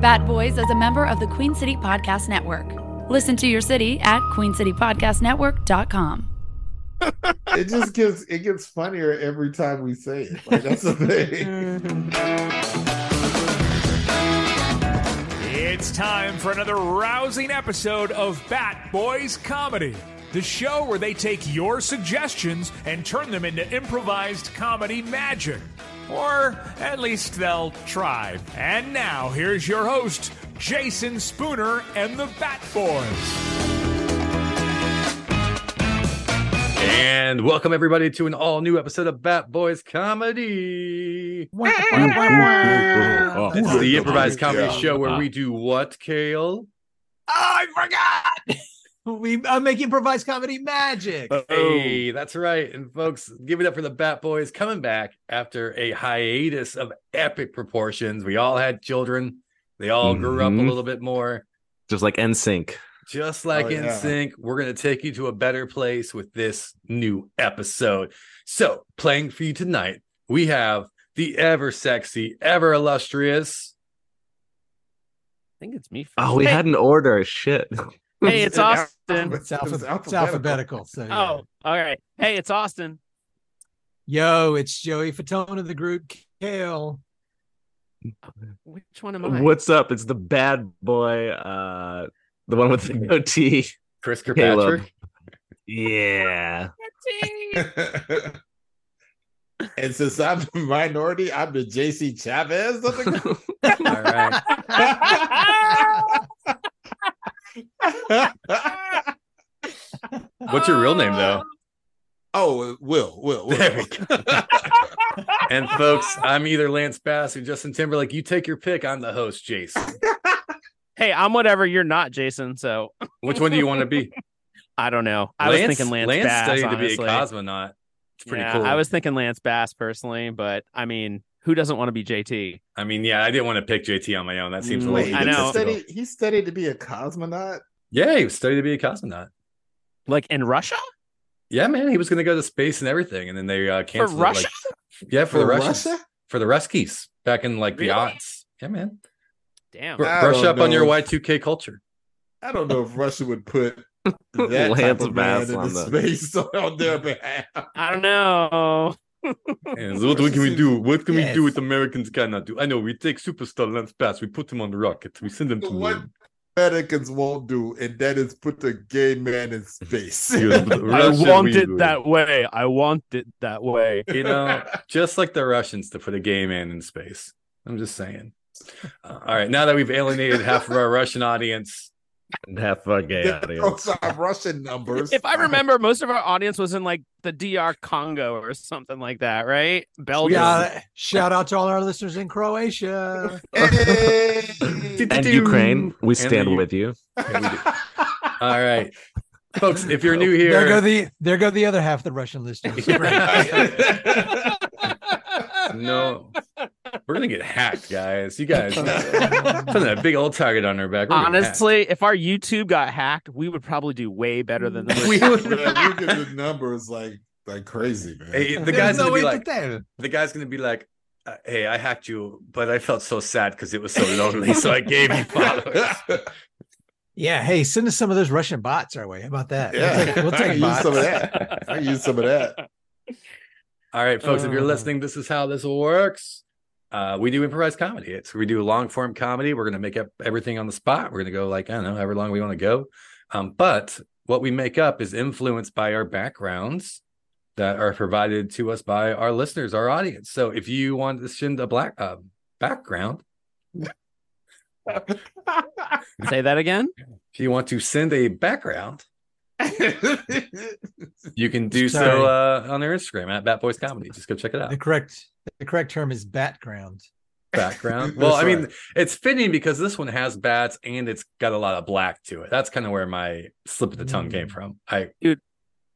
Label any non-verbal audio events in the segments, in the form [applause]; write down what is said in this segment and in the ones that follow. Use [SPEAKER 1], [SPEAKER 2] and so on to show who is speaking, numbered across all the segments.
[SPEAKER 1] Bat Boys is a member of the Queen City Podcast Network. Listen to your city at queencitypodcastnetwork.com.
[SPEAKER 2] It just gets it gets funnier every time we say it. Like that's the thing.
[SPEAKER 3] Mm.
[SPEAKER 4] It's time for another rousing episode of Bat Boys Comedy, the show where they take your suggestions and turn them into improvised comedy magic. Or at least they'll try. And now, here's your host, Jason Spooner and the Bat Boys.
[SPEAKER 5] And welcome everybody to an all new episode of Bat Boys Comedy.
[SPEAKER 6] Wow.
[SPEAKER 5] It's the improvised comedy
[SPEAKER 2] Yeah.
[SPEAKER 5] show where we do what, Kale?
[SPEAKER 6] I forgot. [laughs] We uh, make improvised comedy magic.
[SPEAKER 5] Uh,
[SPEAKER 4] Oh.
[SPEAKER 5] Hey, that's right. And folks, give it up for the Bat Boys coming back after a hiatus of epic proportions. We all had children. They all grew up a
[SPEAKER 7] Mhm.
[SPEAKER 5] little bit more.
[SPEAKER 7] just like NSYNC.
[SPEAKER 5] Just like
[SPEAKER 2] Oh,
[SPEAKER 5] in
[SPEAKER 2] yeah.
[SPEAKER 5] sync, we're going to take you to a better place with this new episode. So, playing for you tonight, we have the ever sexy, ever illustrious.
[SPEAKER 3] I think it's me. First.
[SPEAKER 7] Oh, we had an order. Shit. [laughs]
[SPEAKER 3] hey, it's Austin.
[SPEAKER 2] Alphabet-
[SPEAKER 6] It's, alpha-
[SPEAKER 2] it was
[SPEAKER 6] it's alphabetical. So yeah.
[SPEAKER 3] Oh, all right. Hey, it's Austin.
[SPEAKER 6] yo, it's Joey Fatone of the group Kale.
[SPEAKER 3] Which one am I?
[SPEAKER 7] What's up? It's the bad boy, uh the one with the goatee.
[SPEAKER 5] Chris
[SPEAKER 7] Caleb.
[SPEAKER 5] Kirkpatrick.
[SPEAKER 7] Yeah. [laughs]
[SPEAKER 2] [laughs] and since I'm the minority, I'm the JC Chavez.
[SPEAKER 3] [laughs]
[SPEAKER 2] of the-
[SPEAKER 5] All right. What's your real name, though?
[SPEAKER 2] oh, Will, Will, Will.
[SPEAKER 5] There we go. [laughs] and folks, I'm either Lance Bass or Justin Timberlake. You take your pick. I'm the host, Jace.
[SPEAKER 3] Hey, I'm whatever you're not, Jason. So
[SPEAKER 5] Which one do you want to be?
[SPEAKER 3] I don't know. [laughs] I was thinking Lance,
[SPEAKER 5] Lance
[SPEAKER 3] Bass.
[SPEAKER 5] studied to be
[SPEAKER 3] honestly.
[SPEAKER 5] a cosmonaut. It's pretty
[SPEAKER 3] Yeah,
[SPEAKER 5] cool.
[SPEAKER 3] I was thinking Lance Bass personally, but I mean, who doesn't want to be JT?
[SPEAKER 5] I mean, yeah, I didn't want to pick JT on my own. That seems a
[SPEAKER 2] Wait,
[SPEAKER 5] little.
[SPEAKER 3] Mm, I know.
[SPEAKER 2] He studied, he studied to be a cosmonaut.
[SPEAKER 5] Yeah, he was studied to be a cosmonaut.
[SPEAKER 3] Like in Russia?
[SPEAKER 5] Yeah, man, he was going to go to space and everything, and then they uh, canceled. it,
[SPEAKER 3] Russia?
[SPEAKER 5] Like, yeah, for, the Russians, for the Ruskies back in like
[SPEAKER 3] Really? Oh,
[SPEAKER 5] the aughts. Yeah, man,
[SPEAKER 3] Damn.
[SPEAKER 5] Br-
[SPEAKER 2] I
[SPEAKER 5] brush
[SPEAKER 2] don't
[SPEAKER 5] up on your
[SPEAKER 2] know.
[SPEAKER 5] Y2K
[SPEAKER 3] [laughs]
[SPEAKER 5] culture.
[SPEAKER 2] I don't know if Russia would put that type
[SPEAKER 7] Lance
[SPEAKER 2] of
[SPEAKER 7] Bass
[SPEAKER 2] man
[SPEAKER 7] on
[SPEAKER 2] into
[SPEAKER 7] the-
[SPEAKER 2] space [laughs] on their behalf.
[SPEAKER 3] I don't know.
[SPEAKER 5] And
[SPEAKER 2] what can we do?
[SPEAKER 5] What
[SPEAKER 6] can we do Yes. what
[SPEAKER 5] Americans cannot do? I know we take superstar Lance Bass, we put him on the rocket, we send him
[SPEAKER 2] to What? Moon. Americans won't do, and that is put a gay man in space. [laughs]
[SPEAKER 3] way. I want it that way.
[SPEAKER 5] you
[SPEAKER 3] [laughs]
[SPEAKER 5] know, just like the Russians to put a gay man in space. I'm just saying. Uh, all right, now that we've alienated half of our Russian audience,
[SPEAKER 7] And have fun, gay audience.
[SPEAKER 2] [laughs] Those are Russian numbers.
[SPEAKER 3] If I remember, most of our audience was in like the DR Congo or something like that, right? Belgium.
[SPEAKER 6] Yeah, shout out to all our listeners
[SPEAKER 2] [laughs]
[SPEAKER 6] in Croatia.
[SPEAKER 5] [laughs]
[SPEAKER 2] Hey!
[SPEAKER 7] And Ukraine, we stand
[SPEAKER 5] the-
[SPEAKER 7] with you.
[SPEAKER 5] all right, folks, if you're new
[SPEAKER 6] There go
[SPEAKER 5] here,
[SPEAKER 6] the there go the other half of the
[SPEAKER 2] [laughs]
[SPEAKER 6] Russian
[SPEAKER 5] [laughs]
[SPEAKER 6] listeners. [laughs]
[SPEAKER 5] no, we're gonna get hacked, guys. You guys, putting that big old target on our back. We're gonna get hacked.
[SPEAKER 3] Honestly, if our YouTube got hacked, we would probably do way better than the
[SPEAKER 7] [laughs]
[SPEAKER 5] We
[SPEAKER 2] Yeah,
[SPEAKER 5] would-
[SPEAKER 2] we get
[SPEAKER 5] [laughs]
[SPEAKER 2] the numbers like like crazy, man.
[SPEAKER 5] Hey, the
[SPEAKER 6] There's
[SPEAKER 5] guy's
[SPEAKER 6] no
[SPEAKER 5] gonna
[SPEAKER 6] way
[SPEAKER 5] be
[SPEAKER 6] to
[SPEAKER 5] like,
[SPEAKER 6] tell.
[SPEAKER 5] the guy's gonna be like, uh, "Hey, I hacked you, but I felt so sad because it was so lonely, so I gave you followers."
[SPEAKER 2] [laughs]
[SPEAKER 6] Yeah, hey, send us some of those Russian bots our way. How about that? We'll
[SPEAKER 2] yeah,
[SPEAKER 6] take- we'll
[SPEAKER 2] I
[SPEAKER 6] take,
[SPEAKER 2] can use
[SPEAKER 6] bots.
[SPEAKER 2] some of that. I can use some of that.
[SPEAKER 5] All right, folks, if you're
[SPEAKER 3] Uh.
[SPEAKER 5] listening, this is how this works. Uh, we do improvised comedy. It's we do long form comedy. We're gonna make up everything on the spot. We're gonna go like I don't know, however long we want to go. Um, but what we make up is influenced by our backgrounds that are provided to us by our listeners, our audience. So if you want to send a black uh, background,
[SPEAKER 3] Say that again.
[SPEAKER 5] if you want to send a background, you can do
[SPEAKER 6] Sorry.
[SPEAKER 5] so uh, on their Instagram at Bat Boys Comedy. Just go check it out.
[SPEAKER 6] The correct the correct term is background.
[SPEAKER 2] [laughs]
[SPEAKER 5] background. Well, I
[SPEAKER 2] That's
[SPEAKER 5] mean,
[SPEAKER 2] right.
[SPEAKER 5] it's fitting because this one has bats and it's got a lot of black to it. That's kind of where my slip of the tongue
[SPEAKER 2] Mm.
[SPEAKER 5] came from. I
[SPEAKER 3] I
[SPEAKER 7] You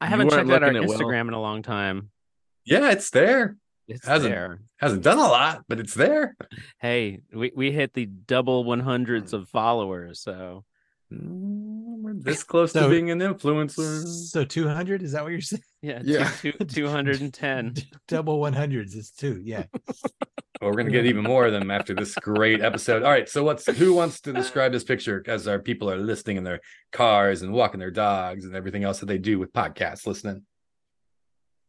[SPEAKER 3] haven't
[SPEAKER 7] weren't
[SPEAKER 3] checked out our
[SPEAKER 7] looking at Will.
[SPEAKER 3] Instagram in a long time.
[SPEAKER 5] yeah, it's there.
[SPEAKER 3] It's
[SPEAKER 5] Hasn't-
[SPEAKER 3] there.
[SPEAKER 5] Hasn't done a lot, but it's there.
[SPEAKER 3] Hey, we, we hit the double 100s of followers. So
[SPEAKER 5] Mm, We're
[SPEAKER 2] [laughs]
[SPEAKER 5] this close to
[SPEAKER 6] So-
[SPEAKER 5] being an influencer.
[SPEAKER 6] So 200 is that what you're saying?
[SPEAKER 3] yeah,
[SPEAKER 2] Yeah.
[SPEAKER 6] [laughs]
[SPEAKER 3] Two, two, 210.
[SPEAKER 6] Double 100s is 2. Yeah.
[SPEAKER 5] But we're gonna get even more of them after this great episode. All right, so what's who wants to describe this picture as our people are listening in their cars and walking their dogs and everything else that they do with podcasts listening?
[SPEAKER 7] [laughs]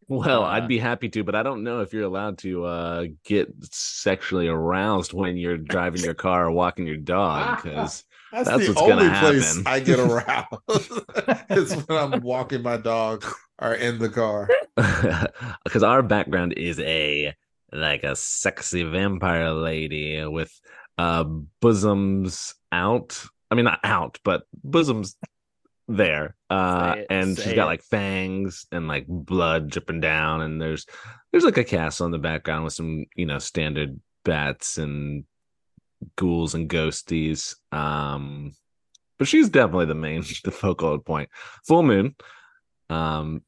[SPEAKER 7] Well, I'd
[SPEAKER 5] Uh,
[SPEAKER 7] be happy to, but I don't know if you're allowed to uh, get sexually aroused when you're driving your car or walking your dog. Because
[SPEAKER 2] That's,
[SPEAKER 7] That's
[SPEAKER 2] the
[SPEAKER 7] what's gonna
[SPEAKER 2] only place
[SPEAKER 7] happen.
[SPEAKER 2] I
[SPEAKER 5] [laughs]
[SPEAKER 2] get aroused [laughs] is when I'm walking my dog or in the car.
[SPEAKER 7] [laughs] because our background is a like a sexy vampire lady with uh bosoms out i mean not out but bosoms there uh
[SPEAKER 3] Say it,
[SPEAKER 7] and she's
[SPEAKER 3] say
[SPEAKER 7] got
[SPEAKER 3] it.
[SPEAKER 7] like fangs and like blood dripping down and there's there's like a castle in the background with some you know standard bats and ghouls and ghosties um but she's definitely the main [laughs] the focal point full moon um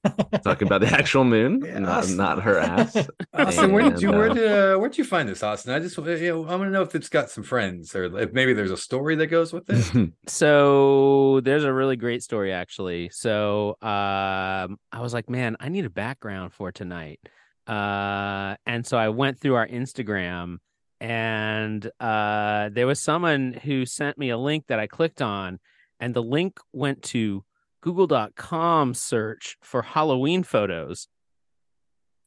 [SPEAKER 7] talking about the actual moon,
[SPEAKER 6] [laughs] Yeah,
[SPEAKER 7] not,
[SPEAKER 6] us.
[SPEAKER 7] not her
[SPEAKER 6] [laughs]
[SPEAKER 7] ass.
[SPEAKER 5] Austin, where did you
[SPEAKER 7] And,
[SPEAKER 5] where
[SPEAKER 7] uh,
[SPEAKER 5] did uh, where'd you find this, Austin? I just uh, you know, I want to know if it's got some friends or if maybe there's a story that goes with it.
[SPEAKER 3] So there's a really great story actually. So um I was like, man, I need a background for tonight. Uh and so I went through our Instagram and uh there was someone who sent me a link that I clicked on and the link went to google.com search for Halloween photos.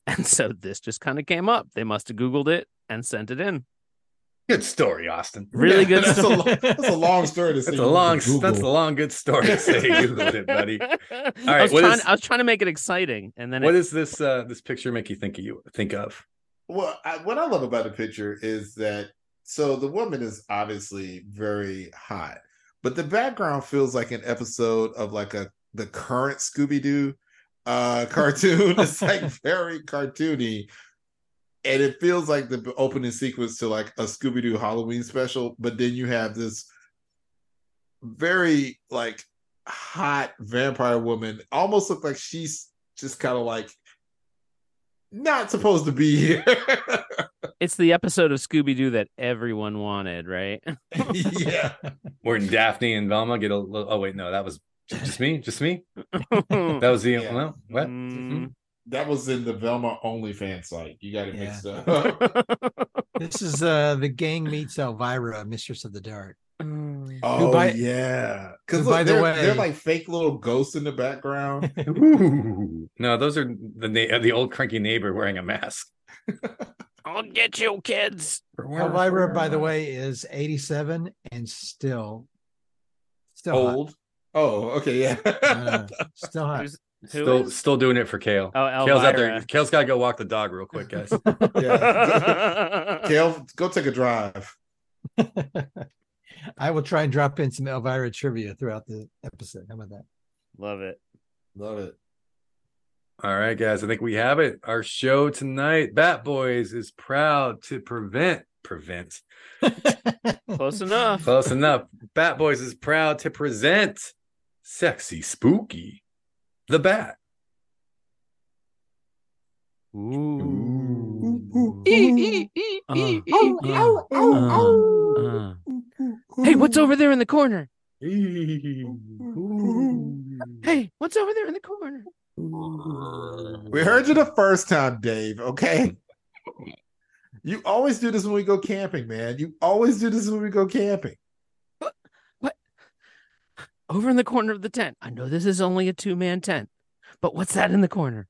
[SPEAKER 3] And so this just kind of came up. They must have googled it and sent it in.
[SPEAKER 5] [laughs] Good story, Austin.
[SPEAKER 3] [laughs] Really
[SPEAKER 2] [laughs]
[SPEAKER 3] good
[SPEAKER 2] That's a,
[SPEAKER 3] story.
[SPEAKER 2] lo- that's a
[SPEAKER 6] [laughs]
[SPEAKER 2] long story to say.
[SPEAKER 5] [laughs] That's
[SPEAKER 2] you
[SPEAKER 5] a long
[SPEAKER 2] Google.
[SPEAKER 5] that's a long good [laughs] story to say you Googled it, [laughs] buddy.
[SPEAKER 3] I, was
[SPEAKER 5] what
[SPEAKER 3] trying,
[SPEAKER 5] is-
[SPEAKER 3] I was trying to make it exciting, and then
[SPEAKER 5] What
[SPEAKER 3] it-
[SPEAKER 5] does this uh, this picture make you think of you think of?
[SPEAKER 2] Well, I, what I love about the picture is that so the woman is obviously very hot, but the background feels like an episode of like a the current Scooby Doo uh [laughs] cartoon. it's like very cartoony. And it feels like the opening sequence to like a Scooby Doo Halloween special, but then you have this very like hot vampire woman, almost look like she's just kind of like not supposed to be here.
[SPEAKER 3] it's the episode of Scooby Doo that everyone
[SPEAKER 5] [laughs]
[SPEAKER 3] wanted, right? [laughs]
[SPEAKER 2] yeah.
[SPEAKER 5] Where Daphne and Velma get a little oh wait, no, that was just me, just me. That mm-hmm. was the
[SPEAKER 2] Yeah.
[SPEAKER 5] well, what?
[SPEAKER 3] Mm.
[SPEAKER 2] That was in the Velma OnlyFans site. You got it
[SPEAKER 6] Yeah.
[SPEAKER 2] mixed [laughs] up.
[SPEAKER 6] This is uh the gang meets Elvira, Mistress of the Dark.
[SPEAKER 2] oh,
[SPEAKER 6] by-
[SPEAKER 2] yeah.
[SPEAKER 6] who,
[SPEAKER 2] Because
[SPEAKER 6] by
[SPEAKER 2] by
[SPEAKER 6] the
[SPEAKER 2] the
[SPEAKER 6] way-
[SPEAKER 2] they're like fake little ghosts in the [laughs] background.
[SPEAKER 5] Ooh. [laughs] No, those are the na- the old cranky neighbor wearing a mask.
[SPEAKER 3] I'll get you, kids.
[SPEAKER 6] Elvira, by the way, is 87 and still still hot.
[SPEAKER 2] Old. Oh, okay. Yeah.
[SPEAKER 6] Uh, still hot.
[SPEAKER 3] Who's- Who
[SPEAKER 5] Still
[SPEAKER 3] is-
[SPEAKER 5] still doing it for Kale.
[SPEAKER 3] Oh,
[SPEAKER 5] Kale's out there.
[SPEAKER 3] Elvira.
[SPEAKER 5] Kale's gotta go walk the dog real quick,
[SPEAKER 3] [laughs]
[SPEAKER 5] guys.
[SPEAKER 2] yeah. [laughs] Kale, go take a drive.
[SPEAKER 6] [laughs] I will try and drop in some Elvira trivia throughout the episode. How about that?
[SPEAKER 3] Love it.
[SPEAKER 2] Love it.
[SPEAKER 5] All right, guys. I think we have it. Our show tonight, Bat Boys, is proud to prevent prevent
[SPEAKER 3] [laughs] Close enough.
[SPEAKER 5] Close
[SPEAKER 3] [laughs]
[SPEAKER 5] enough. Bat Boys is proud to present Sexy Spooky, the Bat.
[SPEAKER 3] Ooh. Uh,
[SPEAKER 6] oh,
[SPEAKER 3] uh, uh. Hey, what's over there in the corner? Hey, what's over there in the corner?
[SPEAKER 2] We heard you the first time, Dave. Okay. [laughs] You always do this when we go camping, man. You always do this when we go camping.
[SPEAKER 3] Over in the corner of the tent. I know this is only a two man tent, but what's that in the corner?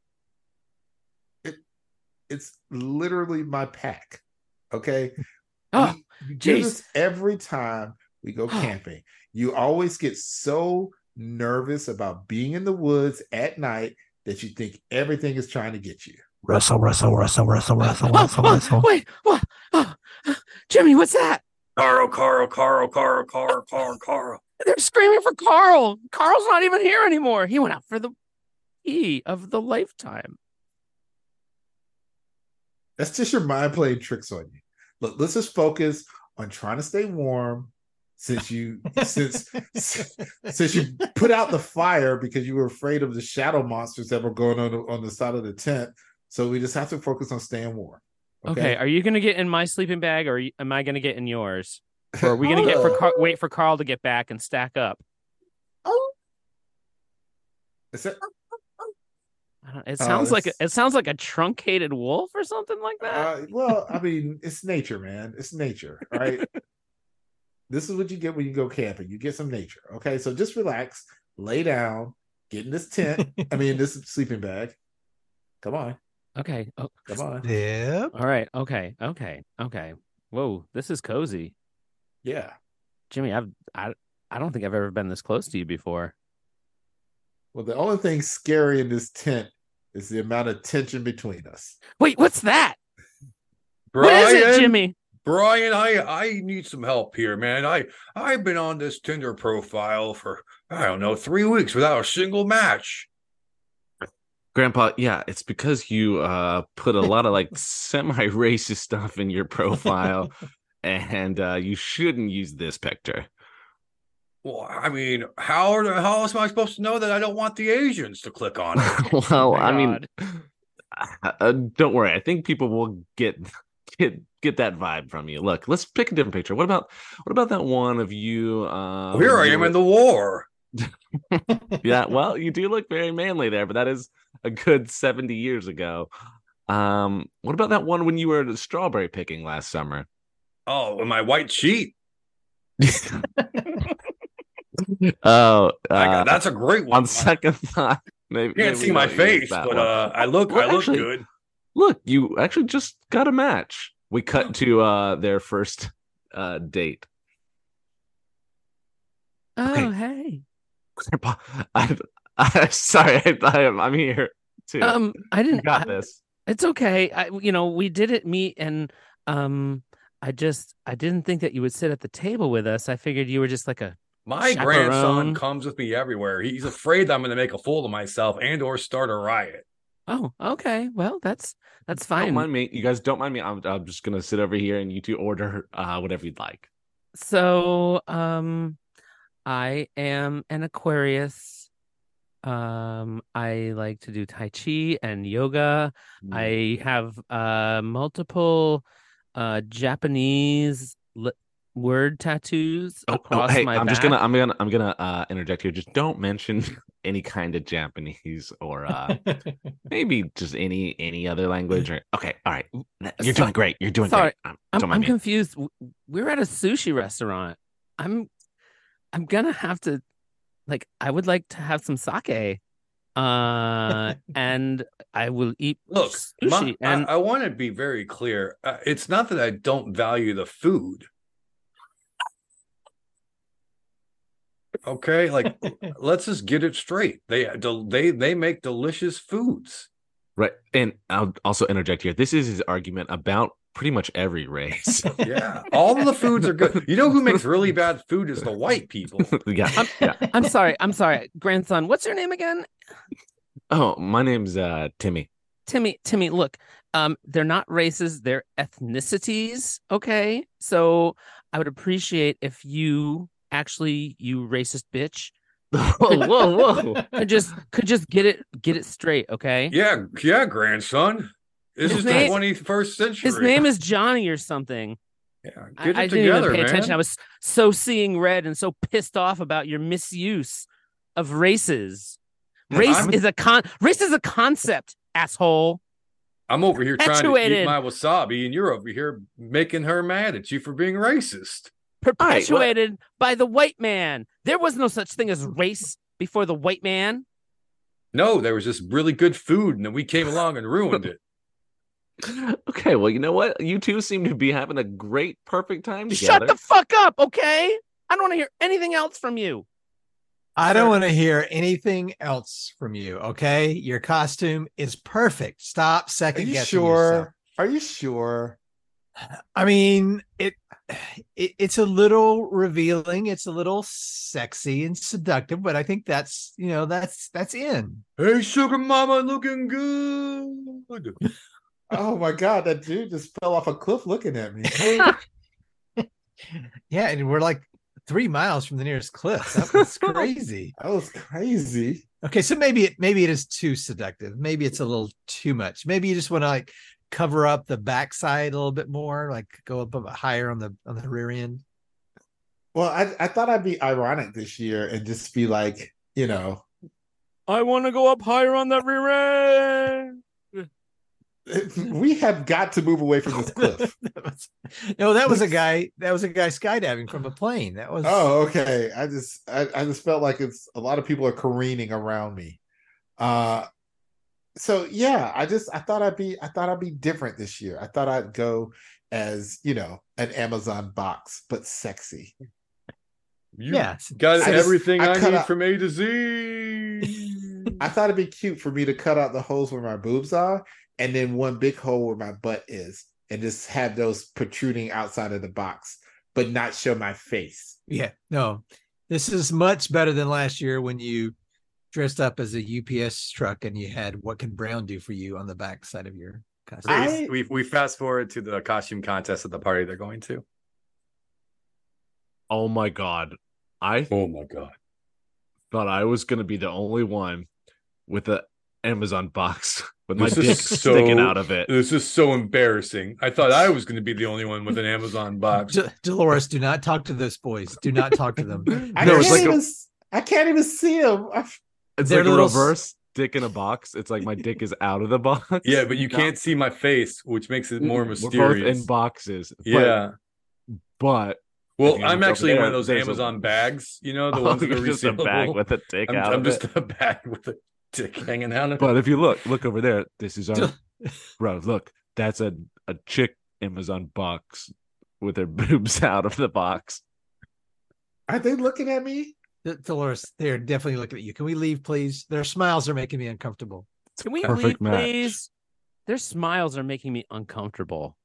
[SPEAKER 2] It's literally my pack. [gasps] Okay.
[SPEAKER 3] Oh,
[SPEAKER 2] We- you do
[SPEAKER 3] jeez.
[SPEAKER 2] this every time we go camping. You always get so nervous about being in the woods at night that you think everything is trying to get you.
[SPEAKER 6] Russell, Russell, Russell, Russell, Russell,
[SPEAKER 3] Oh, [laughs] oh, wait, what? Oh, Jimmy, what's that?
[SPEAKER 5] Carl, Carl, Carl, Carl, Carl, Carl, Carl.
[SPEAKER 3] They're screaming for Carl. Carl's not even here anymore. He went out for the E of the lifetime.
[SPEAKER 2] That's just your mind playing tricks on you. Look, let's just focus on trying to stay warm since you since
[SPEAKER 6] [laughs]
[SPEAKER 2] since you put out the fire because you were afraid of the shadow monsters that were going on on the side of the tent. So we just have to focus on staying warm.
[SPEAKER 3] Okay, are you gonna get in my sleeping bag, or y- am I gonna get in yours? Or are we gonna
[SPEAKER 2] [laughs] Oh.
[SPEAKER 3] get for Car- wait for Carl to get back and stack up?
[SPEAKER 2] Is that-
[SPEAKER 3] I don't, it
[SPEAKER 2] Oh,
[SPEAKER 3] sounds like a,
[SPEAKER 2] it's-
[SPEAKER 3] it sounds like a truncated wolf or something like that.
[SPEAKER 2] Uh, well, I mean, it's nature, man. It's nature, right? this is what you get when you go camping. You get some nature. Okay, so just relax, lay down, get in this tent. I mean, this sleeping bag. Come on,
[SPEAKER 3] okay. Oh,
[SPEAKER 2] come on.
[SPEAKER 6] Yep.
[SPEAKER 3] all right. Okay. Okay. Okay. Whoa, this is cozy,
[SPEAKER 2] Yeah.
[SPEAKER 3] Jimmy. I've I I don't think I've ever been this close to you before.
[SPEAKER 2] Well, the only thing scary in this tent is the amount of tension between us.
[SPEAKER 3] Wait, what's that?
[SPEAKER 5] Brian,
[SPEAKER 3] What is it, Jimmy?
[SPEAKER 5] Brian, I I need some help here, man. I I've been on this Tinder profile for I don't know three weeks without a single match.
[SPEAKER 7] Grandpa, yeah, it's because you uh put a lot of like semi-racist stuff in your
[SPEAKER 6] [laughs]
[SPEAKER 7] profile and uh you shouldn't use this picture.
[SPEAKER 5] Well, I mean, how are the- how else am I supposed to know that I don't want the Asians to click on it?
[SPEAKER 7] [laughs] well,
[SPEAKER 3] my
[SPEAKER 7] I mean uh, uh, don't worry. I think people will get get get that vibe from you. Look, let's pick a different picture. What about what about that one of you uh
[SPEAKER 5] Here I am in the war.
[SPEAKER 7] yeah well you do look very manly there but that is a good 70 years ago um what about that one when you were strawberry picking last summer
[SPEAKER 5] Oh, and my white sheet.
[SPEAKER 7] oh
[SPEAKER 5] I got-
[SPEAKER 7] uh,
[SPEAKER 5] that's a great one.
[SPEAKER 7] on [laughs] second thought maybe
[SPEAKER 5] you can't
[SPEAKER 7] maybe
[SPEAKER 5] see my
[SPEAKER 7] don't use
[SPEAKER 5] face,
[SPEAKER 7] that
[SPEAKER 5] but
[SPEAKER 7] one.
[SPEAKER 5] uh, I look
[SPEAKER 7] Well,
[SPEAKER 5] I look
[SPEAKER 7] actually-
[SPEAKER 5] good.
[SPEAKER 7] look you actually just got a match we
[SPEAKER 5] Oh.
[SPEAKER 7] cut to uh their first uh date [laughs]
[SPEAKER 3] Oh, hey.
[SPEAKER 7] grandpa i i'm sorry I, I am i'm here too
[SPEAKER 3] Um, I
[SPEAKER 7] you
[SPEAKER 3] didn't.
[SPEAKER 7] got
[SPEAKER 3] I-
[SPEAKER 7] this
[SPEAKER 3] It's okay. I, you know, we did it meet, and um, I just I didn't think that you would sit at the table with us. I figured you were just like a
[SPEAKER 5] My
[SPEAKER 3] Chaperone.
[SPEAKER 5] grandson comes with me everywhere. He's afraid that I'm going to make a fool of myself and or start a riot.
[SPEAKER 3] oh, okay. Well, that's that's fine.
[SPEAKER 7] don't mind me you guys don't mind me I'm, I'm just gonna sit over here and you two order uh whatever you'd like
[SPEAKER 3] So, um, I am an Aquarius. Um, I like to do Tai Chi and yoga.
[SPEAKER 7] Mm.
[SPEAKER 3] I have uh multiple uh Japanese li- word tattoos
[SPEAKER 7] Oh, oh,
[SPEAKER 3] across
[SPEAKER 7] hey,
[SPEAKER 3] my
[SPEAKER 7] I'm just gonna,
[SPEAKER 3] back.
[SPEAKER 7] I'm gonna, I'm gonna uh, interject here. Just don't mention [laughs] any kind of Japanese or
[SPEAKER 3] [laughs]
[SPEAKER 7] uh, maybe just any any other language. Or okay, all right, you're
[SPEAKER 3] so-
[SPEAKER 7] doing great. You're doing
[SPEAKER 3] sorry,
[SPEAKER 7] great. Um,
[SPEAKER 3] I'm,
[SPEAKER 7] don't
[SPEAKER 3] I'm
[SPEAKER 7] mind me.
[SPEAKER 3] confused. W- We're at a sushi restaurant. I'm I'm gonna have to like I would like to have some sake.
[SPEAKER 7] [laughs]
[SPEAKER 3] Uh and I will eat
[SPEAKER 5] Look,
[SPEAKER 3] sushi
[SPEAKER 5] my-
[SPEAKER 3] and
[SPEAKER 5] I, I want to be very clear. Uh, it's not that I don't value the food. Okay, like let's just get it straight. They they they make delicious foods.
[SPEAKER 7] Right, and I'll also interject here. This is his argument about pretty much every
[SPEAKER 3] [laughs]
[SPEAKER 7] race. [laughs]
[SPEAKER 5] Yeah, all of the foods are good. You know who
[SPEAKER 2] [laughs]
[SPEAKER 5] makes really bad food is the white people.
[SPEAKER 7] yeah, yeah.
[SPEAKER 3] I'm sorry, I'm sorry, grandson. What's your name again?
[SPEAKER 7] Oh, my name's uh, Timmy. [laughs]
[SPEAKER 3] Timmy, Timmy, look, um, they're not races, they're ethnicities. Okay. So I would appreciate if you actually, you racist bitch, [laughs]
[SPEAKER 7] whoa, whoa, whoa!
[SPEAKER 3] could just could just get it get it straight, okay?
[SPEAKER 5] Yeah, yeah, grandson. This
[SPEAKER 3] His
[SPEAKER 5] is
[SPEAKER 3] name-
[SPEAKER 5] the twenty first century.
[SPEAKER 3] His name is Johnny or something.
[SPEAKER 5] Yeah,
[SPEAKER 3] I-
[SPEAKER 5] get
[SPEAKER 3] I,
[SPEAKER 5] it
[SPEAKER 3] didn't even
[SPEAKER 5] together,
[SPEAKER 3] pay
[SPEAKER 5] man.
[SPEAKER 3] attention. I was so seeing red and so pissed off about your misuse of races. Race
[SPEAKER 5] I'm-
[SPEAKER 3] is a con race is a concept, asshole.
[SPEAKER 5] I'm over here trying to eat
[SPEAKER 3] Perpetuated.
[SPEAKER 5] my wasabi, and you're over here making her mad at you for being racist.
[SPEAKER 7] right, well-
[SPEAKER 3] Perpetuated by the white man. There was no such thing as race before the white man.
[SPEAKER 5] No, there was just really good food, and then we came along and ruined
[SPEAKER 2] [laughs]
[SPEAKER 5] it.
[SPEAKER 7] Okay, well, you know what? You two seem to be having a great, perfect time together.
[SPEAKER 3] Shut the fuck up, okay? I don't want to hear anything else from you.
[SPEAKER 6] I don't want to hear anything else from you. Okay, your costume is perfect. Stop
[SPEAKER 2] Are
[SPEAKER 6] second
[SPEAKER 2] you
[SPEAKER 6] guessing yourself.
[SPEAKER 2] sure? Are you sure?
[SPEAKER 6] I mean, it, it it's a little revealing. It's a little sexy and seductive, but I think that's you know that's that's in.
[SPEAKER 5] Hey, sugar mama, looking good.
[SPEAKER 2] Oh my god, that dude just fell off a cliff looking at me.
[SPEAKER 6] Yeah, and we're like three miles from the nearest cliff. That
[SPEAKER 2] [laughs]
[SPEAKER 6] was crazy.
[SPEAKER 2] That was crazy.
[SPEAKER 6] Okay, so maybe it maybe it is too seductive. Maybe it's a little too much. Maybe you just want to like cover up the backside a little bit more, like go up a bit higher on the on the rear end.
[SPEAKER 2] Well, I, I thought I'd be ironic this year and just be like, you know,
[SPEAKER 3] I want to go up higher on that rear end.
[SPEAKER 2] [laughs] we have got to move away from this
[SPEAKER 6] [laughs]
[SPEAKER 2] cliff.
[SPEAKER 6] That was- no, that was a guy. That was a guy skydiving from a plane. That was
[SPEAKER 2] Oh, okay. I just I, I just felt like it's a lot of people are careening around me. Uh so yeah, I just I thought I'd be I thought I'd be different this year. I thought I'd go as, you know, an Amazon box, but sexy.
[SPEAKER 5] You
[SPEAKER 6] yes.
[SPEAKER 5] got
[SPEAKER 2] I just-
[SPEAKER 5] everything
[SPEAKER 2] I
[SPEAKER 5] I,
[SPEAKER 2] cut
[SPEAKER 5] need
[SPEAKER 2] out-
[SPEAKER 5] from A to Z.
[SPEAKER 2] I thought it'd be cute for me to cut out the holes where my boobs are and then one big hole where my butt is and just have those protruding outside of the box, but not show my face.
[SPEAKER 6] Yeah. No, this is much better than last year when you dressed up as a UPS truck and you had "What Can Brown Do for You" on the back side of your costume.
[SPEAKER 2] I-
[SPEAKER 5] Please, we we fast forward to the costume contest at the party they're going to.
[SPEAKER 7] Oh my god. I
[SPEAKER 5] Oh my god!
[SPEAKER 7] thought I was gonna be the only one with a Amazon box [laughs] with
[SPEAKER 5] This
[SPEAKER 7] my
[SPEAKER 5] is
[SPEAKER 7] dick
[SPEAKER 5] so-
[SPEAKER 7] sticking out
[SPEAKER 5] [laughs]
[SPEAKER 7] of it.
[SPEAKER 5] This is so embarrassing. I thought I was going to be the only one with an
[SPEAKER 7] [laughs]
[SPEAKER 5] Amazon box.
[SPEAKER 6] D- Dolores, do not talk to those boys. Do not talk
[SPEAKER 2] [laughs]
[SPEAKER 6] to them.
[SPEAKER 2] I can't
[SPEAKER 7] There was like a-
[SPEAKER 2] even s- I can't even see him. I
[SPEAKER 7] It's
[SPEAKER 6] They're
[SPEAKER 7] like a
[SPEAKER 6] little s-
[SPEAKER 7] reverse dick in a box. It's like my dick is out of the box.
[SPEAKER 5] Yeah, but you
[SPEAKER 7] No.
[SPEAKER 5] can't see my face, which makes it more
[SPEAKER 7] We're both
[SPEAKER 5] mysterious.
[SPEAKER 7] in boxes. But,
[SPEAKER 5] yeah.
[SPEAKER 7] but
[SPEAKER 5] Well,
[SPEAKER 7] And
[SPEAKER 5] I'm
[SPEAKER 7] over
[SPEAKER 5] actually in
[SPEAKER 7] there,
[SPEAKER 5] one of those
[SPEAKER 7] there's a-
[SPEAKER 5] Amazon
[SPEAKER 7] [laughs]
[SPEAKER 5] bags. You know, the ones that are
[SPEAKER 7] just a bag
[SPEAKER 5] resealable.
[SPEAKER 7] with a dick
[SPEAKER 5] I'm,
[SPEAKER 7] out
[SPEAKER 5] I'm
[SPEAKER 7] of
[SPEAKER 5] just
[SPEAKER 7] it.
[SPEAKER 5] a bag with a dick hanging out of it.
[SPEAKER 7] But if you look, look over there. This is our
[SPEAKER 6] Duh.
[SPEAKER 7] bro. Look, that's a a chick Amazon box with her [laughs] boobs out of the box.
[SPEAKER 2] Are they looking at me?
[SPEAKER 6] D- Dolores, they're definitely looking at you. Can we leave, please? Their smiles are making me uncomfortable.
[SPEAKER 3] Can we
[SPEAKER 7] Perfect
[SPEAKER 3] leave,
[SPEAKER 7] match.
[SPEAKER 3] please? Their smiles are making me uncomfortable.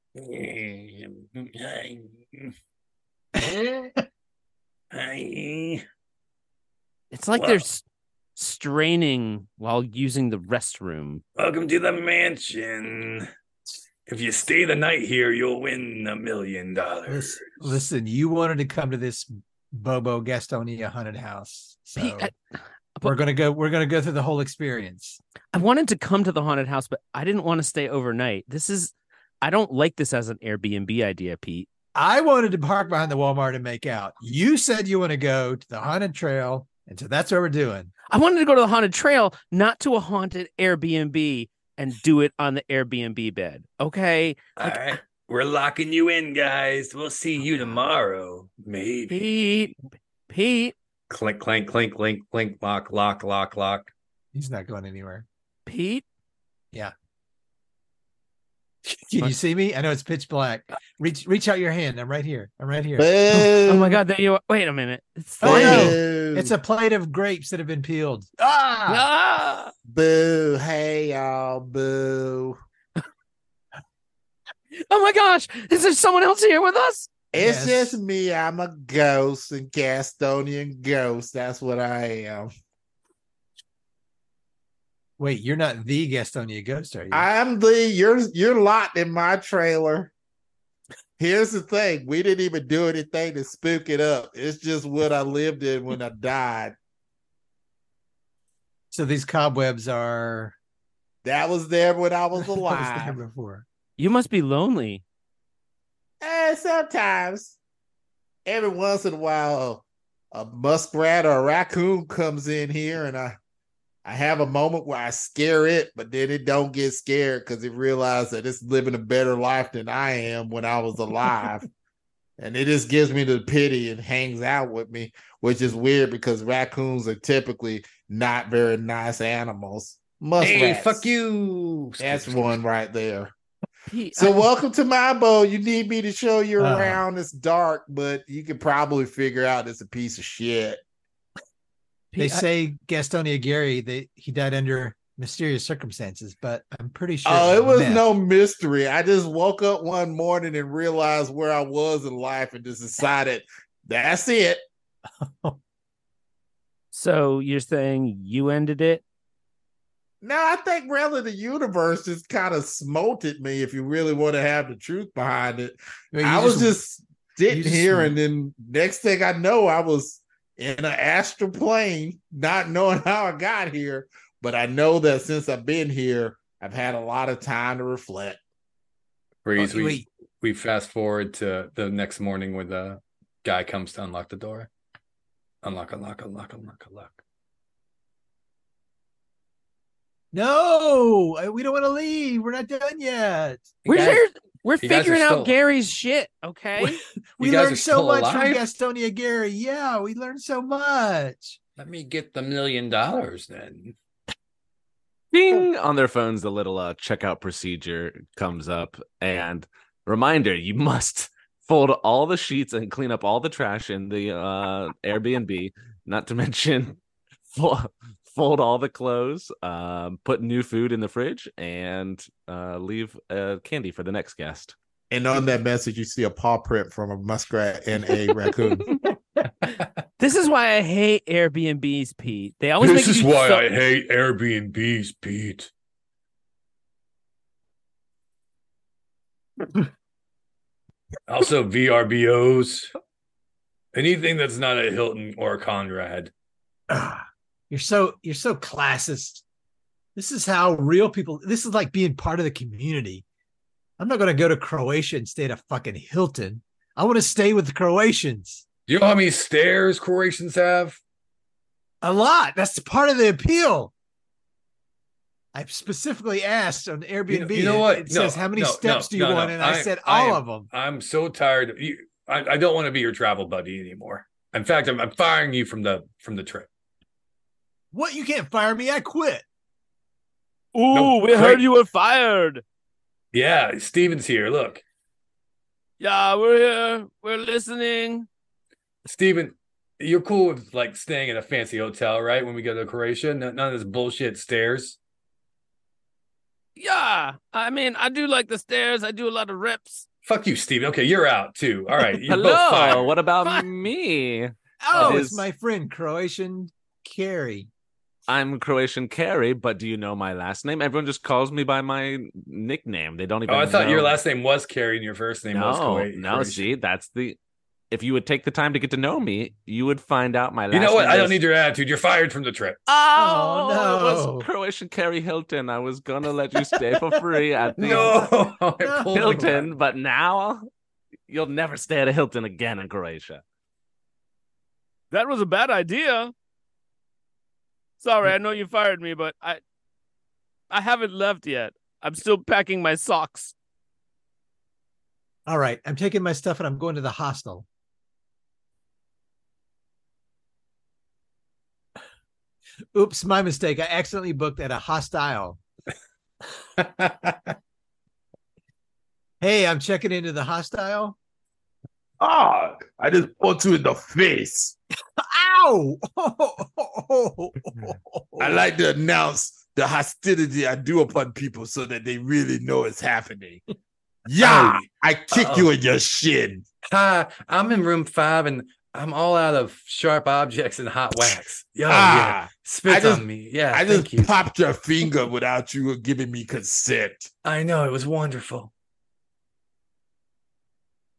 [SPEAKER 3] It's like they're
[SPEAKER 5] Wow.
[SPEAKER 3] s- straining while using the restroom.
[SPEAKER 5] Welcome to the mansion. If you stay the night here, you'll win a million dollars.
[SPEAKER 6] Listen, listen, you wanted to come to this Bobo Gastonia haunted house. So
[SPEAKER 7] Oh.
[SPEAKER 3] Pete, I,
[SPEAKER 6] we're gonna go. We're gonna go through the whole experience.
[SPEAKER 3] I wanted to come to the haunted house, but I didn't want to stay overnight. This is, I don't like this as an Airbnb idea, Pete.
[SPEAKER 6] I wanted to park behind the Walmart and make out. You said you want to go to the haunted trail, and so that's what we're doing.
[SPEAKER 3] I wanted to go to the haunted trail, not to a haunted Airbnb and do it on the Airbnb bed. Okay.
[SPEAKER 5] All right. We're locking you in, guys. We'll see you tomorrow. Maybe.
[SPEAKER 3] Pete, Pete,
[SPEAKER 5] Clink, [laughs] clank, clink, clink, clink, lock, lock, lock, lock.
[SPEAKER 6] He's not going anywhere.
[SPEAKER 3] Pete.
[SPEAKER 6] Can you see me? I know it's pitch black. Reach, reach out your hand. I'm right here. I'm right here.
[SPEAKER 3] Oh my God, there you are. Wait a minute. It's
[SPEAKER 6] Oh,
[SPEAKER 3] slimy.
[SPEAKER 6] no. It's a plate of grapes that have been peeled. Ah,
[SPEAKER 3] Ah!
[SPEAKER 2] boo. Hey y'all, boo.
[SPEAKER 3] Oh my gosh, is there someone else here with us?
[SPEAKER 2] It's
[SPEAKER 6] Yes.
[SPEAKER 2] just me. I'm a ghost, and Gastonian ghost. That's what I am.
[SPEAKER 6] wait, you're not the Gastonia ghost, are you?
[SPEAKER 2] I'm the you're you're locked in my trailer. Here's the thing: we didn't even do anything to spook it up. It's just what I lived in when I died.
[SPEAKER 6] so these
[SPEAKER 2] [laughs]
[SPEAKER 6] cobwebs are.
[SPEAKER 2] That was there when I
[SPEAKER 6] [laughs]
[SPEAKER 2] was
[SPEAKER 6] what there
[SPEAKER 2] alive.
[SPEAKER 6] before.
[SPEAKER 3] You must be lonely.
[SPEAKER 2] And Eh, sometimes, every once in a while, a muskrat or a raccoon comes in here, and I, I have a moment where I scare it, but then it don't get scared because it realizes that it's living a better life than I am when I was
[SPEAKER 5] [laughs]
[SPEAKER 2] alive, and it just gives me the pity and hangs out with me, which is weird because raccoons are typically not very nice animals. Muskrats,
[SPEAKER 5] Hey, fuck you.
[SPEAKER 2] That's one right there.
[SPEAKER 3] Pete,
[SPEAKER 2] So
[SPEAKER 3] I-
[SPEAKER 2] welcome to my bowl. You need me to show you
[SPEAKER 6] Uh.
[SPEAKER 2] around. It's dark, but you can probably figure out it's a piece of shit.
[SPEAKER 6] They
[SPEAKER 3] Pete, I-
[SPEAKER 6] say Gastonia Gary that he died under mysterious circumstances, but I'm pretty sure.
[SPEAKER 2] Oh, it was
[SPEAKER 6] meth.
[SPEAKER 2] no mystery. I just woke up one morning and realized where I was in life and just decided that's it.
[SPEAKER 3] so you're saying you ended it?
[SPEAKER 2] Now I think rather the universe just kind of smoted me if you really want to have the truth behind it.
[SPEAKER 6] Wait, you
[SPEAKER 2] I was just sitting
[SPEAKER 6] you just-
[SPEAKER 2] here, and then next thing I know, I was in an astral plane, not knowing [laughs] how I got here. But I know that since I've been here, I've had a lot of time to reflect.
[SPEAKER 5] Breeze,
[SPEAKER 6] Oh,
[SPEAKER 5] we,
[SPEAKER 6] wait.
[SPEAKER 5] we fast forward to the next morning where the guy comes to unlock the door. Unlock, unlock, unlock, unlock, unlock.
[SPEAKER 6] No, I- we don't want to leave. We're not done yet.
[SPEAKER 5] You
[SPEAKER 3] We're
[SPEAKER 5] guys-
[SPEAKER 3] here- we're
[SPEAKER 5] you guys are
[SPEAKER 3] figuring out
[SPEAKER 5] still-
[SPEAKER 3] Gary's shit. Okay.
[SPEAKER 6] We
[SPEAKER 5] you guys are
[SPEAKER 6] learned so
[SPEAKER 5] still
[SPEAKER 6] much
[SPEAKER 5] alive?
[SPEAKER 6] from Gastonia Gary. Yeah, we learned so much. [sighs]
[SPEAKER 5] Let me get the million dollars then.
[SPEAKER 7] Ding on their phones, the little uh, checkout procedure comes up, and reminder: you must fold all the sheets and clean up all the trash in the uh, Airbnb. Not to mention, [laughs] fold, fold all the clothes, um, put new food in the fridge, and uh, leave uh, candy for the next guest.
[SPEAKER 2] And on that message, you see a paw print from a muskrat and a raccoon.
[SPEAKER 3] this is why I hate Airbnbs, Pete. They always make you do so-
[SPEAKER 5] hate Airbnbs, Pete. [laughs] also, VRBOs. Anything that's not a Hilton or a Conrad.
[SPEAKER 6] Ah, you're so you're so classist. This is how real people. This is like being part of the community. I'm not going to go to Croatia and stay at a fucking Hilton. I want to stay with the Croatians
[SPEAKER 5] Do you know how many stairs Croatians have?
[SPEAKER 6] a lot. That's part of the appeal. I specifically asked on Airbnb.
[SPEAKER 5] you know what?
[SPEAKER 6] It
[SPEAKER 5] No,
[SPEAKER 6] says how many
[SPEAKER 5] no, no,
[SPEAKER 6] steps do you
[SPEAKER 5] no, no.
[SPEAKER 6] want, and I,
[SPEAKER 5] I-
[SPEAKER 6] said
[SPEAKER 5] I
[SPEAKER 6] all
[SPEAKER 5] am-
[SPEAKER 6] of them.
[SPEAKER 5] I'm so tired. Of you. I, I don't want to be your travel buddy anymore. In fact, I'm, I'm firing you from the from the trip.
[SPEAKER 6] What? You can't fire me. I quit.
[SPEAKER 3] Ooh,
[SPEAKER 5] No,
[SPEAKER 3] we
[SPEAKER 5] great.
[SPEAKER 3] heard you were fired.
[SPEAKER 5] Yeah, Steven's here. Look,
[SPEAKER 3] Yeah, we're here. We're listening.
[SPEAKER 5] Steven, you're cool with like staying in a fancy hotel, right? When we go to Croatia, no, none of this bullshit stairs.
[SPEAKER 3] Yeah, I mean, I do like the stairs. I do a lot of reps.
[SPEAKER 5] Fuck you, Steven. Okay, you're out too. All right, you're both
[SPEAKER 7] [laughs] Hello,
[SPEAKER 5] fired.
[SPEAKER 7] what about
[SPEAKER 3] Fuck.
[SPEAKER 7] me?
[SPEAKER 6] Oh,
[SPEAKER 7] It
[SPEAKER 6] it's
[SPEAKER 7] is-
[SPEAKER 6] my friend Croatian Carrie.
[SPEAKER 7] I'm Croatian Carrie, but do you know my last name? Everyone just calls me by my nickname. They don't even.
[SPEAKER 5] Oh, I thought your
[SPEAKER 7] know.
[SPEAKER 5] last name was Carrie and your first name was
[SPEAKER 7] no,
[SPEAKER 5] Croatian.
[SPEAKER 7] no. See, that's the. If you would take the time to get to know me, you would find out my last.
[SPEAKER 5] you know what?
[SPEAKER 7] name
[SPEAKER 5] I don't
[SPEAKER 7] is-
[SPEAKER 5] need your attitude. You're fired from the [laughs] trip.
[SPEAKER 6] Oh,
[SPEAKER 7] It
[SPEAKER 6] no.
[SPEAKER 7] was Croatian Carrie Hilton. I was gonna let you stay for free at the
[SPEAKER 5] No, [laughs] I
[SPEAKER 6] No.
[SPEAKER 5] pulled it back.
[SPEAKER 7] [laughs] Hilton, but now you'll never stay at a Hilton again in Croatia.
[SPEAKER 3] That was a bad idea. Sorry, I know you fired me, but I I haven't left yet. I'm still packing my socks.
[SPEAKER 6] All right, I'm taking my stuff and I'm going to the hostel. Oops, my mistake. I accidentally booked at a hostile. Hey, I'm checking into the hostile.
[SPEAKER 2] Ah, I just put you in the face.
[SPEAKER 6] Ow!
[SPEAKER 2] I like to announce the hostility I do upon people so that they really know it's happening. Yeah, I kick you in your shin.
[SPEAKER 5] Hi, I'm in room five and I'm all out of sharp objects and hot wax. Yeah, Oh, yeah.
[SPEAKER 2] ah, I
[SPEAKER 5] Spit
[SPEAKER 2] just-
[SPEAKER 5] on me. Yeah,
[SPEAKER 2] I
[SPEAKER 5] thank
[SPEAKER 2] just
[SPEAKER 5] you.
[SPEAKER 2] popped your finger without you giving me consent.
[SPEAKER 5] I know it was wonderful.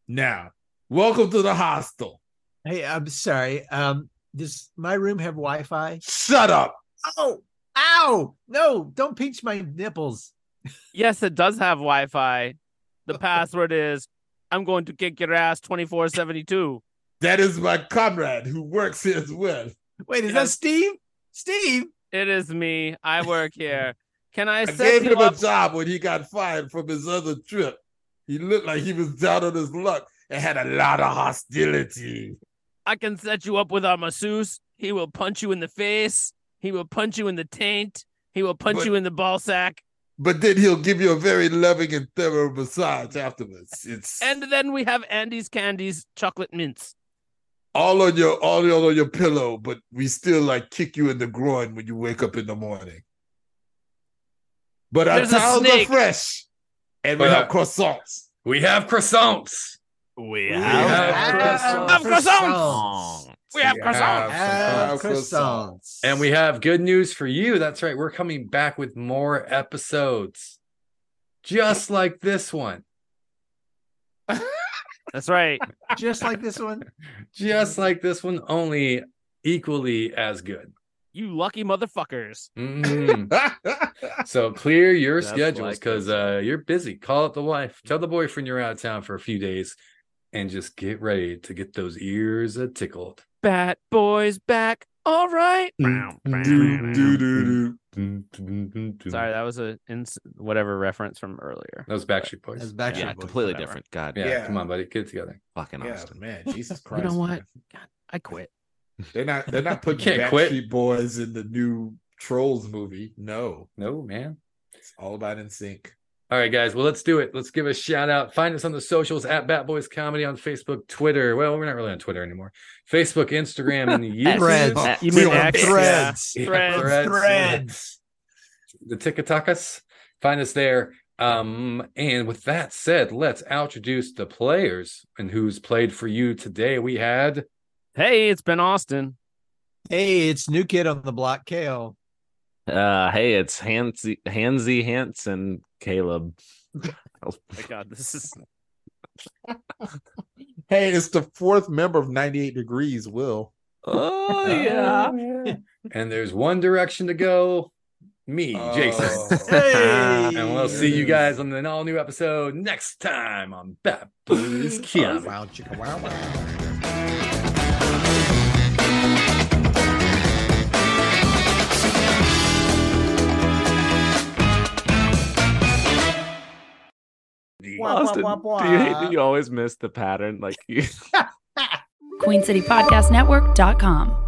[SPEAKER 2] Now, welcome to the hostel.
[SPEAKER 6] [laughs] Hey, I'm sorry. Um, does my room have Wi-Fi?
[SPEAKER 2] Shut up.
[SPEAKER 6] Oh, ow! No, don't pinch my nipples.
[SPEAKER 3] Yes, it does have Wi-Fi.
[SPEAKER 2] [laughs]
[SPEAKER 3] The password is I'm going to kick your ass 2472.
[SPEAKER 2] That is my comrade who works here as well.
[SPEAKER 6] Wait, is that
[SPEAKER 3] Yes.
[SPEAKER 6] Steve? Steve?
[SPEAKER 3] It is me. I work here. Can I
[SPEAKER 2] I
[SPEAKER 3] set
[SPEAKER 2] gave
[SPEAKER 3] you
[SPEAKER 2] him a
[SPEAKER 3] up?
[SPEAKER 2] job when he got fired from his other trip. He looked like he was down on his luck and had a lot of hostility.
[SPEAKER 3] I can set you up with our masseuse. He will punch you in the face. He will punch you in the taint. He will punch
[SPEAKER 2] But-
[SPEAKER 3] you in the ball sack.
[SPEAKER 2] But then he'll give you a very loving and thorough massage afterwards. It's
[SPEAKER 3] And then we have Andy's Candies chocolate mints.
[SPEAKER 2] all on your all on your pillow, but we still like kick you in the groin when you wake up in the morning. But our
[SPEAKER 3] There's a
[SPEAKER 2] towels are
[SPEAKER 3] snake.
[SPEAKER 2] fresh, and we
[SPEAKER 5] But, uh,
[SPEAKER 2] have croissants.
[SPEAKER 5] We have croissants.
[SPEAKER 7] We
[SPEAKER 2] have
[SPEAKER 3] Of
[SPEAKER 6] croissants.
[SPEAKER 3] We have
[SPEAKER 2] Yeah.
[SPEAKER 3] croissants.
[SPEAKER 6] Have
[SPEAKER 5] Ah.
[SPEAKER 2] Have croissants.
[SPEAKER 6] croissants.
[SPEAKER 5] And we have good news for you. That's right. We're coming back with more episodes, just like this one,
[SPEAKER 3] That's right.
[SPEAKER 6] just like this one.
[SPEAKER 5] just like this one, only equally as good.
[SPEAKER 3] You lucky motherfuckers.
[SPEAKER 5] Mm. so clear your
[SPEAKER 7] Just
[SPEAKER 5] schedules
[SPEAKER 7] like
[SPEAKER 5] because
[SPEAKER 7] this
[SPEAKER 5] uh, you're busy. Call up the wife, tell the boyfriend you're out of town for a few days, and just get ready to get those ears a tickled.
[SPEAKER 3] Bat Boys back. All right.
[SPEAKER 2] Do, do, do, do.
[SPEAKER 3] Sorry,
[SPEAKER 5] Sorry,
[SPEAKER 3] that was a ins- whatever reference from earlier.
[SPEAKER 5] that was Backstreet Boys.
[SPEAKER 6] [laughs] That's
[SPEAKER 7] Yeah,
[SPEAKER 6] Backstreet Boys.
[SPEAKER 7] completely
[SPEAKER 3] whatever.
[SPEAKER 7] different. God,
[SPEAKER 5] yeah,
[SPEAKER 2] Yeah.
[SPEAKER 5] come on, buddy, get it together.
[SPEAKER 7] fucking
[SPEAKER 2] Yeah,
[SPEAKER 7] Austin.
[SPEAKER 2] man, Jesus
[SPEAKER 3] [laughs] You
[SPEAKER 2] Christ!
[SPEAKER 3] know
[SPEAKER 2] man.
[SPEAKER 3] what? God, I quit.
[SPEAKER 2] They're not. They're not putting
[SPEAKER 5] can't quit.
[SPEAKER 2] Backstreet Boys in the new Trolls movie. No,
[SPEAKER 5] No, man.
[SPEAKER 2] it's all about in sync.
[SPEAKER 5] All right, guys. Well, let's do it. Let's give a shout out. Find us on the socials at Bat Boys Comedy on Facebook, Twitter. Well, we're not really on Twitter anymore. Facebook, Instagram, and YouTube.
[SPEAKER 6] Threads.
[SPEAKER 3] X.
[SPEAKER 6] We
[SPEAKER 3] You mean
[SPEAKER 6] were
[SPEAKER 3] X?
[SPEAKER 6] Threads.
[SPEAKER 5] Yeah,
[SPEAKER 3] Threads.
[SPEAKER 6] Threads.
[SPEAKER 5] The Tikatakas. Find us there. Um, and with that said, let's introduce the players and who's played for you today. We had
[SPEAKER 3] Hey, it's Ben Austin.
[SPEAKER 6] Hey, it's new kid on the block, Kale.
[SPEAKER 7] Uh, hey, it's Hansy Hansy Hansen Caleb.
[SPEAKER 3] my God, this is
[SPEAKER 2] Hey, it's the fourth member of 98 Degrees. Will
[SPEAKER 7] oh
[SPEAKER 5] and there's one direction to go. Me,
[SPEAKER 2] Oh,
[SPEAKER 5] Jason.
[SPEAKER 6] Hey.
[SPEAKER 5] And we'll see you guys on an all new episode next time on Bat Boys Comedy.
[SPEAKER 6] Wow, chicka, wow, wow.
[SPEAKER 7] Austin, do you hate that you always miss the pattern? Like you.
[SPEAKER 1] QueenCityPodcastNetwork.com.